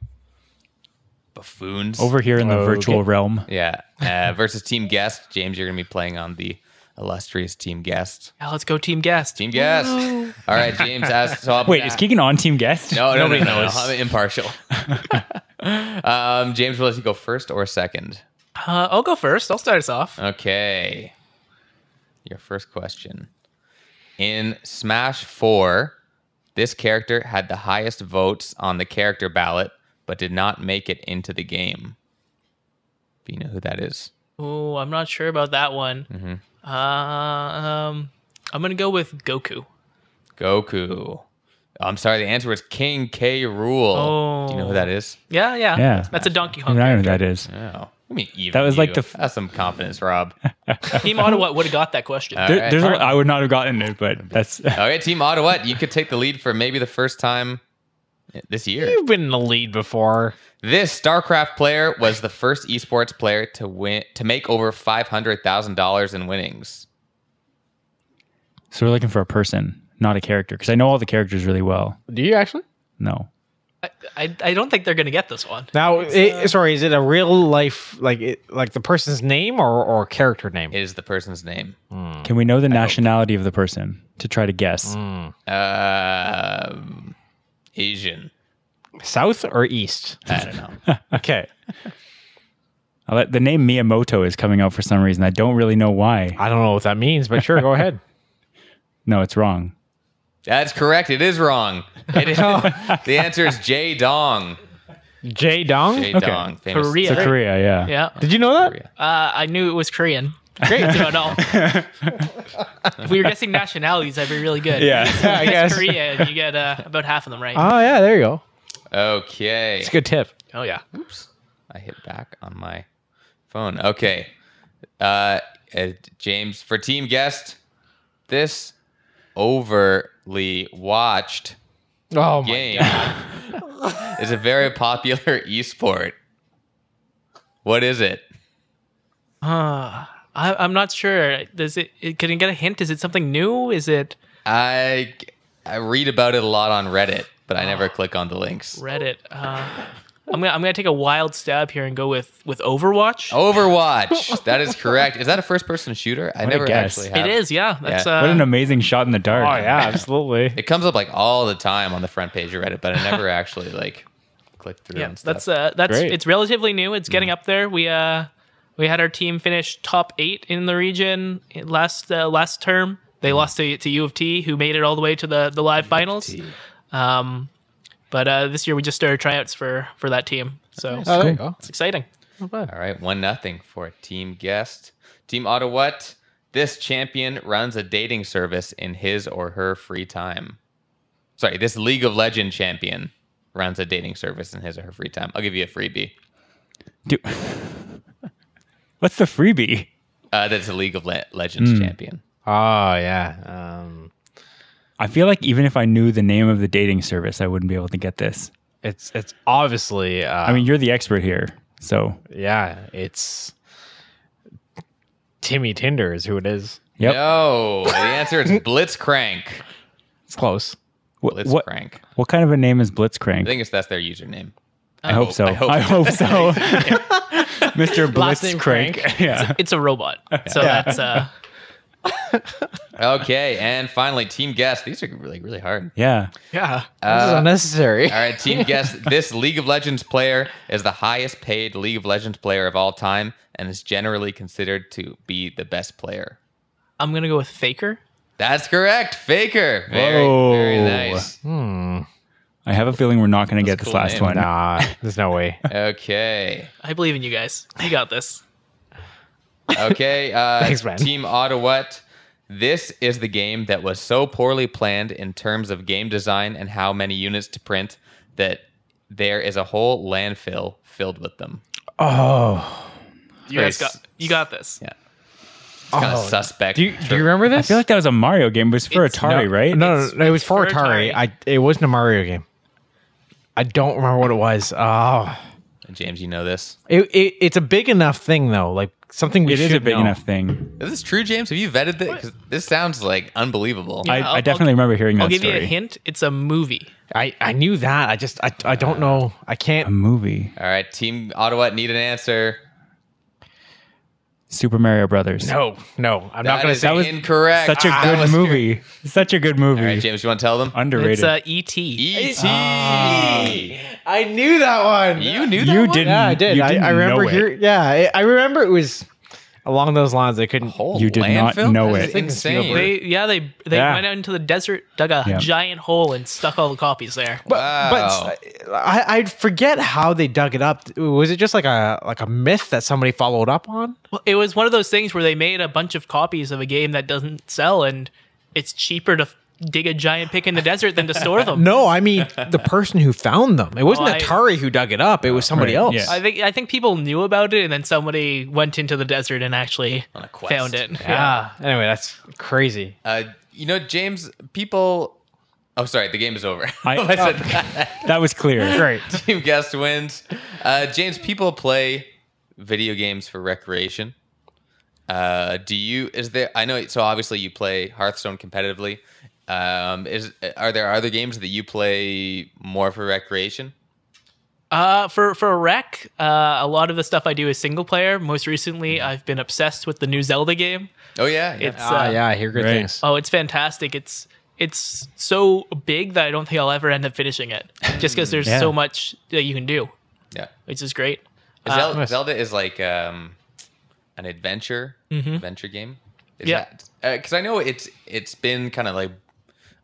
buffoons
Over here in the
Okay.
virtual realm.
Yeah, uh, versus Team Guest. James, you're gonna be playing on the illustrious Team Guest.
Now let's go, team guest.
Team Guest. All right, James. Ask, so I'm
Wait,
gonna-
is Keegan on Team Guest?
No, no, no, no,
Nobody
no,
knows.
I'm impartial. um, James, will let you go first or second.
Uh, I'll go first. I'll start us off.
Okay. Your first question. In Smash 4, this character had the highest votes on the character ballot, but did not make it into the game. Do you know who that is?
Oh, I'm not sure about that one. Uh, um, I'm gonna go with Goku.
Goku. I'm sorry, the answer was King K. Rule. Do you know who
Oh.
that is?
Yeah, yeah,
Yeah.
That's a Donkey
I
Kong.
don't know who
character.
that is.
Oh. I mean, even
That was like
you.
the f-
That's some confidence, Rob.
Team Ottawa would have got that question.
All
There,
right.
there's a, I would not have gotten it, but that's
All right, Team Ottawa, you could take the lead for maybe the first time this year.
You've been in the lead before.
This StarCraft player was the first esports player to win to make over five hundred thousand dollars in winnings.
so we're looking for a person, not a character, because I know all the characters really well.
Do you actually?
No,
I, I, I don't think they're gonna get this one.
Now, it, sorry, is it a real life like it, like the person's name or or character name?
It is the person's name.
can we know the nationality of the person to try to guess?
Mm.
Um, Asian.
South or East?
I don't know.
Okay,
I'll let- The name Miyamoto is coming out for some reason. I don't really know why.
I don't know what that means, but sure, go ahead.
No, it's wrong.
That's correct. It is wrong. It is, the answer is Jay Dong.
Jay Dong.
Jay
Okay.
Dong. Famous
Korea.
So
Right.
Korea, yeah.
Yeah.
Did you know that?
Korea.
Uh, I knew it was Korean. Great. That's about all. if we were guessing nationalities, that'd be really good.
Yeah.
I
Guess
guess.
Korea, and you get uh, about half of them right.
Oh yeah, there you go.
Okay.
It's a good tip.
oh yeah.
Oops. I hit back on my phone. Okay. Uh, uh, James, for team guest, this overly watched
Oh my.
game is a very popular esport. What is it?
Uh, I, I'm not sure. Does it, it? Can you get a hint? Is it something new? Is it
I I read about it a lot on Reddit, but I never click on the links.
Reddit? Uh, I'm gonna I'm gonna take a wild stab here and go with with Overwatch.
Oh, Overwatch. that is correct. Is that a first-person shooter? I
What a
never
guess.
actually have.
It is, yeah. That's
Yeah.
Uh,
What an amazing shot in the dark.
Oh yeah, absolutely.
It comes up like all the time on the front page of Reddit, but I never actually like click through.
yeah.
and stuff.
That's uh, that's
Great.
it's relatively new. It's getting up there. We uh, we had our team finish top eight in the region in last uh, last term. They lost to, to U of T, who made it all the way to the the live finals. Um, but uh, this year we just started tryouts for for that team, so
Oh, there you go.
it's exciting.
All right, one nothing for team guest. Team Ottawa. This champion runs a dating service in his or her free time. Sorry, this League of Legend champion runs a dating service in his or her free time. I'll give you a freebie.
Do- What's the freebie?
Uh, that's a League of Le- Legends
Hmm.
champion.
Oh yeah. Um,
I feel like even if I knew the name of the dating service, I wouldn't be able to get this.
it's it's obviously. Uh,
I mean, you're the expert here. So,
yeah, it's Timmy Tinder is who it is.
yep.
No, the answer is Blitzcrank.
It's close.
Wh- what,
Blitzcrank.
what kind of a name is
I
Blitzcrank?
think it's that's their username.
I hope so.
I hope-
I hope so. Mr.
Last name
Blitzcrank. Yeah.
It's a robot, so that's uh,
Okay, and finally, team guess. These are really really hard.
Yeah.
Yeah, this is
Uh,
unnecessary.
All right, team guess. This League of Legends player is the highest paid League of Legends player of all time, and is generally considered to be the best player.
I'm gonna go with Faker.
That's correct, Faker. Very very
Whoa.
nice.
Hmm.
I have a feeling we're not going to get
That's
this
cool name.
last one.
Nah, there's no way.
Okay.
I believe in you guys. You got this.
Okay, uh,
Thanks, man.
Team Ottawa. This is the game that was so poorly planned in terms of game design and how many units to print that there is a whole landfill filled with them.
Oh,
You guys got.
Nice.
You got this.
Yeah. It's kind of suspect.
Oh, do you, do you remember
I
this?
feel like that was a Mario game, but it's for
It's-
Atari,
no,
right?
No, no,
It's-
no, it was
it's
for
for
Atari.
Atari.
I it wasn't a Mario game. I don't remember what it was. Oh,
James, you know this.
it, it it's a big enough thing though. Like something we
It is a
should
big
know.
enough thing.
Is this true, James? Have you vetted this? 'Cause this sounds like unbelievable.
Yeah,
I,
I'll-
I definitely
I'll-
remember hearing that
I'll give
story.
you a hint. It's a movie.
I I knew that. I just I I don't know. I
A
can't.
movie.
All right, Team Ottawa need an answer.
Super Mario Brothers.
No, no. I'm
That
not gonna
is
say.
was
incorrect.
Such a
That
good
was-
movie. Such a good movie.
All right, James, you want to tell them? E
Underrated.
It's uh, E.T.
E.T.
I knew that one.
You knew that
you
one?
didn't.
Yeah, I did.
you
I,
didn't
I
know
remember
it.
here. Yeah, I, I remember it was along those lines. I couldn't.
Whole
You did not
landfill?
know
That
it.
is Insane.
They yeah they they
Yeah.
went out into the desert, dug a
Yeah.
giant hole, and stuck all the copies there.
But,
Wow.
but I, I forget how they dug it up. Was it just like a like a myth that somebody followed up on?
Well, It was one of those things where they made a bunch of copies of a game that doesn't sell, and it's cheaper to f- dig a giant pick in the desert than to store them.
No, I mean the person who found them. It wasn't
Oh, I-
Atari who dug it up. It was somebody
Right,
else.
yeah.
I think I think people knew about it, and then somebody went into the desert and actually
On a quest.
found it.
Yeah. Ah, Anyway, that's crazy.
Uh, you know, James, people. Oh, sorry, the game is over.
I-
I said that.
That was clear.
Great.
Team guest wins. Uh, James, people play video games for recreation. Uh, do you? Is there? I know. So obviously, you play Hearthstone competitively. Um, is are there other games that you play more for recreation?
Uh, for for rec, uh, a lot of the stuff I do is single player. Most recently, I've been obsessed with the new Zelda game.
Oh yeah, yeah.
It's
Ah,
uh,
yeah, I hear good
Right.
things.
Oh, it's fantastic. It's it's so big that I don't think I'll ever end up finishing it, just because there's
Yeah.
so much that you can do,
yeah.
which is great.
Zel-
Ah,
nice.
Zelda is like um, an adventure adventure game. Is
Mm-hmm. Yeah.
because I know it's it's been kind of like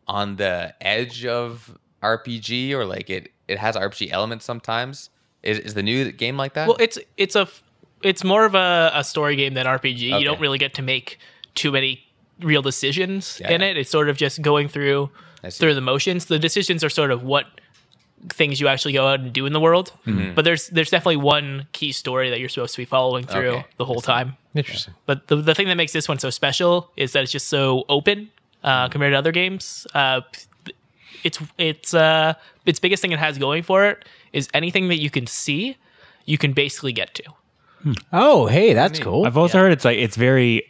on the edge of RPG or like it it has RPG elements sometimes. Is is the new game like that?
Well, it's it's a f- it's more of a, a story game than RPG.
Okay.
You don't really get to make too many real decisions
Yeah,
in
yeah.
it. It's sort of just going through
I see.
through the motions. The decisions are sort of what things you actually go out and do in the world.
Mm-hmm.
But there's there's definitely one key story that you're supposed to be following through
Okay.
the whole time.
Interesting.
But the the thing that makes this one so special is that it's just so open uh, compared to other games. Uh, it's it's uh, its biggest thing it has going for it is anything that you can see, you can basically get to.
Oh, hey, that's cool.
I've also heard it's like it's very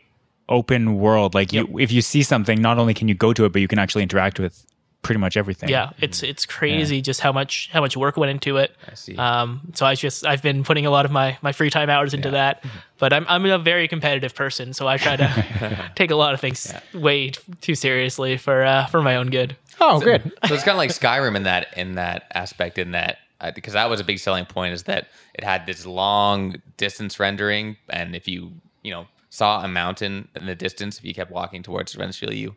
open world. Like you, if you see something, not only can you go to it, but you can actually interact with pretty much everything.
Yeah, it's it's crazy just how much how much work went into it. I
see.
Um, so I just I've been putting a lot of my my free time hours into that. But I'm I'm a very competitive person, so I try to take a lot of things way t- too seriously for uh, for my own good.
oh, good.
so it's kind of like Skyrim in that in that aspect in that uh, because that was a big selling point is that it had this long distance rendering and if you you know saw a mountain in the distance if you kept walking towards it eventually you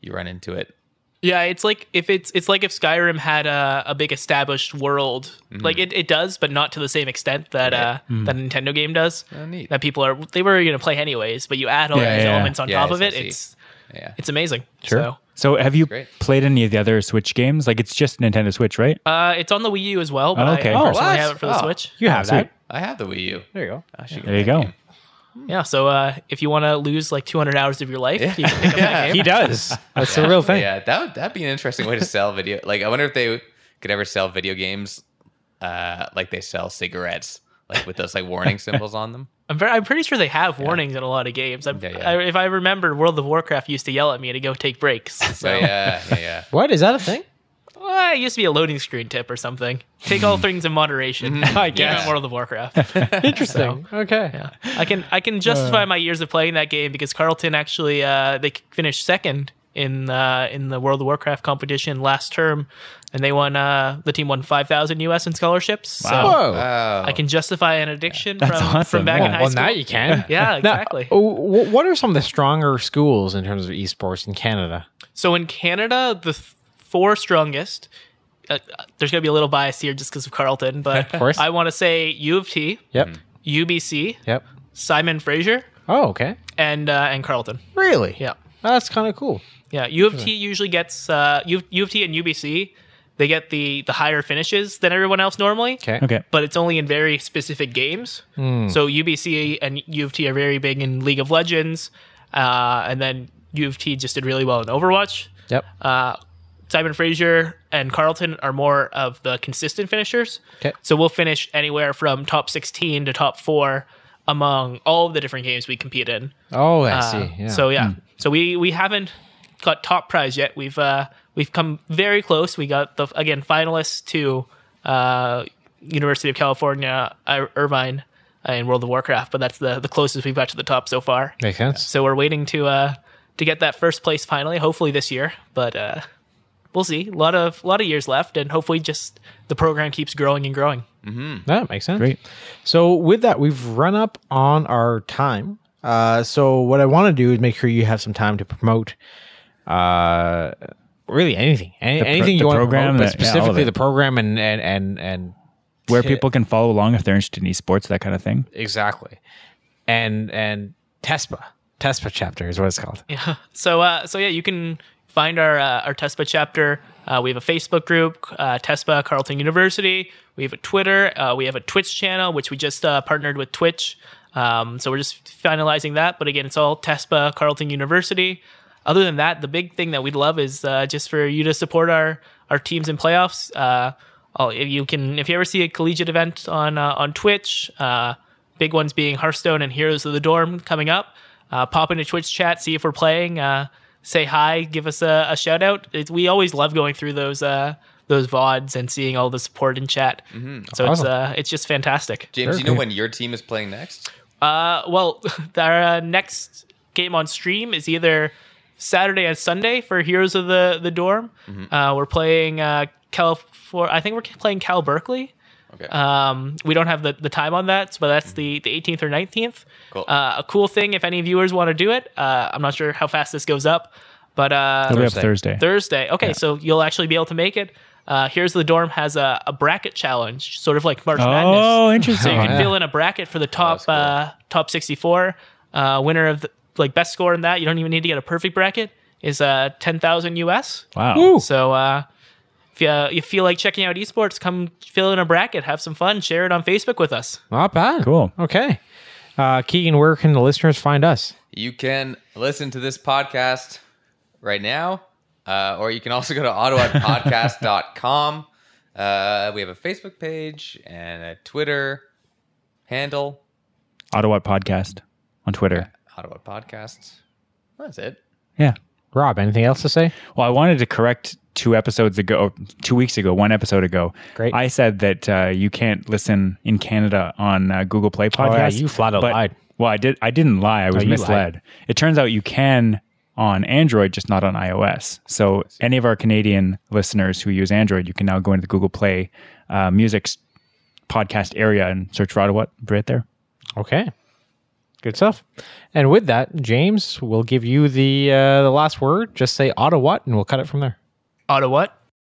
you run into it
Yeah, it's like if it's it's like if Skyrim had a, a big established world.
Mm-hmm.
Like it, it does, but not to the same extent that uh, that a
Mm.
Nintendo game does.
Oh, neat.
That people are they were gonna play anyways, but you add all
Yeah,
these
yeah,
elements on
yeah.
top
Yes,
of
I
it.
see.
It's
yeah
it's amazing.
Sure.
So
So have you
Great.
played any of the other Switch games? Like it's just Nintendo Switch, right?
Uh, it's on the Wii U as well, but
Oh, okay.
I
Oh,
personally
what?
have it for the
Oh.
Switch.
You have
Sweet.
that.
I have the Wii U
There you go.
I should get
There you
that
go.
game.
Yeah, so uh, if you want to lose like 200 hours of your life, you can pick up that game.
He does. That's the real thing.
yeah that would that'd be an interesting way to sell video like I wonder if they could ever sell video games uh like they sell cigarettes like with those like warning symbols on them
I'm, very, I'm pretty sure they have warnings in a lot of games. I'm,
Yeah, yeah.
I, if I remember, World of Warcraft used to yell at me to go take breaks. So
so Oh, yeah yeah yeah
What is that a thing?
Well, it used to be a loading screen tip or something. Take all things in moderation.
Hmm. Mm-hmm. I
Even
guess.
in World of Warcraft.
Interesting. Oh, okay.
Yeah. I can I can justify
Uh.
my years of playing that game because Carlton actually uh, they finished second in uh, in the World of Warcraft competition last term, and they won uh, the team won five thousand US in scholarships.
Wow.
So
Whoa.
Oh.
I can justify an addiction
That's
from
awesome.
from back
Yeah.
in high
well,
school.
now you can.
yeah,
Now, oh.
exactly.
w- what are some of the stronger schools in terms of esports in Canada?
So in Canada, the th- four strongest. Uh, there's going to be a little bias here just because of Carlton, but of
course.
I want to say U of T,
Yep.
UBC,
Yep.
Simon Fraser,
Oh, okay.
and uh, and Carlton.
Really?
Yeah.
That's kind of cool.
Yeah, U of T usually gets uh, U, U of T and UBC. They get the the higher finishes than everyone else normally.
Okay.
Okay.
But it's only in very specific games. So UBC and U of T are very big in League of Legends, uh, and then U of T just did really well in Overwatch.
Yep.
Uh, Simon Fraser and Carlton are more of the consistent finishers.
Okay.
So we'll finish anywhere from top 16 to top four among all of the different games we compete in.
Oh, I see.
Uh,
Yeah.
So yeah, so we we haven't got top prize yet. We've uh, we've come very close. We got the again finalists to uh, University of California Ir- Irvine uh, in World of Warcraft, but that's the the closest we've got to the top so far.
makes sense.
So we're waiting to uh, to get that first place finally, hopefully this year. But uh, we'll see. A lot of lot of years left, and hopefully just the program keeps growing and growing.
That makes sense.
Great.
So with that, we've run up on our time. Uh, so what I want to do is make sure you have some time to promote, uh, really anything, Any,
The pro-
anything
the
you want
program,
to promote, but
the- yeah, all of
specifically
it.
the program and and and and
Where
Ti-
people can follow along if they're interested in esports, that kind of thing.
exactly, and and TESPA, TESPA chapter is what it's called.
Yeah. So uh, so yeah, you can find our uh, our TESPA chapter. Uh, we have a Facebook group, uh, TESPA Carleton University. We have a Twitter. Uh, we have a Twitch channel, which we just uh, partnered with Twitch. Um, so we're just finalizing that. But again, it's all TESPA Carleton University. Other than that, the big thing that we'd love is uh, just for you to support our our teams in playoffs. Uh, all- if you can, if you ever see a collegiate event on uh, on Twitch, uh, big ones being Hearthstone and Heroes of the Dorm coming up uh, pop into Twitch chat, see if we're playing, uh, say hi, give us a, a shout out. It's, we always love going through those uh, those vods and seeing all the support in chat. So it's
Awesome.
uh, it's just fantastic.
James,
Sure.
you know when your team is playing next?
Uh, well, our uh, next game on stream is either Saturday and Sunday for Heroes of the the Dorm. Uh, we're playing uh, Cal. For I think we're playing Cal Berkeley.
Okay.
Um, we don't have the, the time on that, but that's the, the 18th or 19th.
Cool.
Uh, a cool thing, if any viewers want to do it, uh, I'm not sure how fast this goes up, but uh,
It'll be up
Thursday.
Thursday.
Thursday. Okay, so you'll actually be able to make it. Uh, here's the dorm has a, a bracket challenge, sort of like March Madness.
Oh, interesting.
So you can
yeah.
fill in a bracket for the top
cool.
uh, top 64 uh, winner of the like best score in that. You don't even need to get a perfect bracket. Is uh, 10,000 US.
Wow.
Woo.
So uh, if you, you feel like checking out esports, come fill in a bracket, have some fun, share it on Facebook with us.
Not bad.
Cool.
Okay. Uh, Keegan, where can the listeners find us?
You can listen to this podcast right now, uh, or you can also go to ottawapodcast.com. Uh, we have a Facebook page and a Twitter handle,
Ottawa podcast on Twitter.
Ottawa Podcasts. That's it.
Yeah.
Rob, anything else to say?
Well, I wanted to correct two episodes ago, two weeks ago, one episode ago.
Great.
I said that uh, you can't listen in Canada on uh, Google Play Podcast.
Oh, yeah, you flat out
but-
lied. Oh,
Well, I did. I didn't lie. I was
you lied.
misled. It turns out you can on Android, just not on iOS. So any of our Canadian listeners who use Android, you can now go into the Google Play uh, Music's podcast area and search for Ottawa right there.
Okay. Good stuff. And with that, James, we'll give you the uh, the last word. Just say Ottawa, and we'll cut it from there.
Auto what?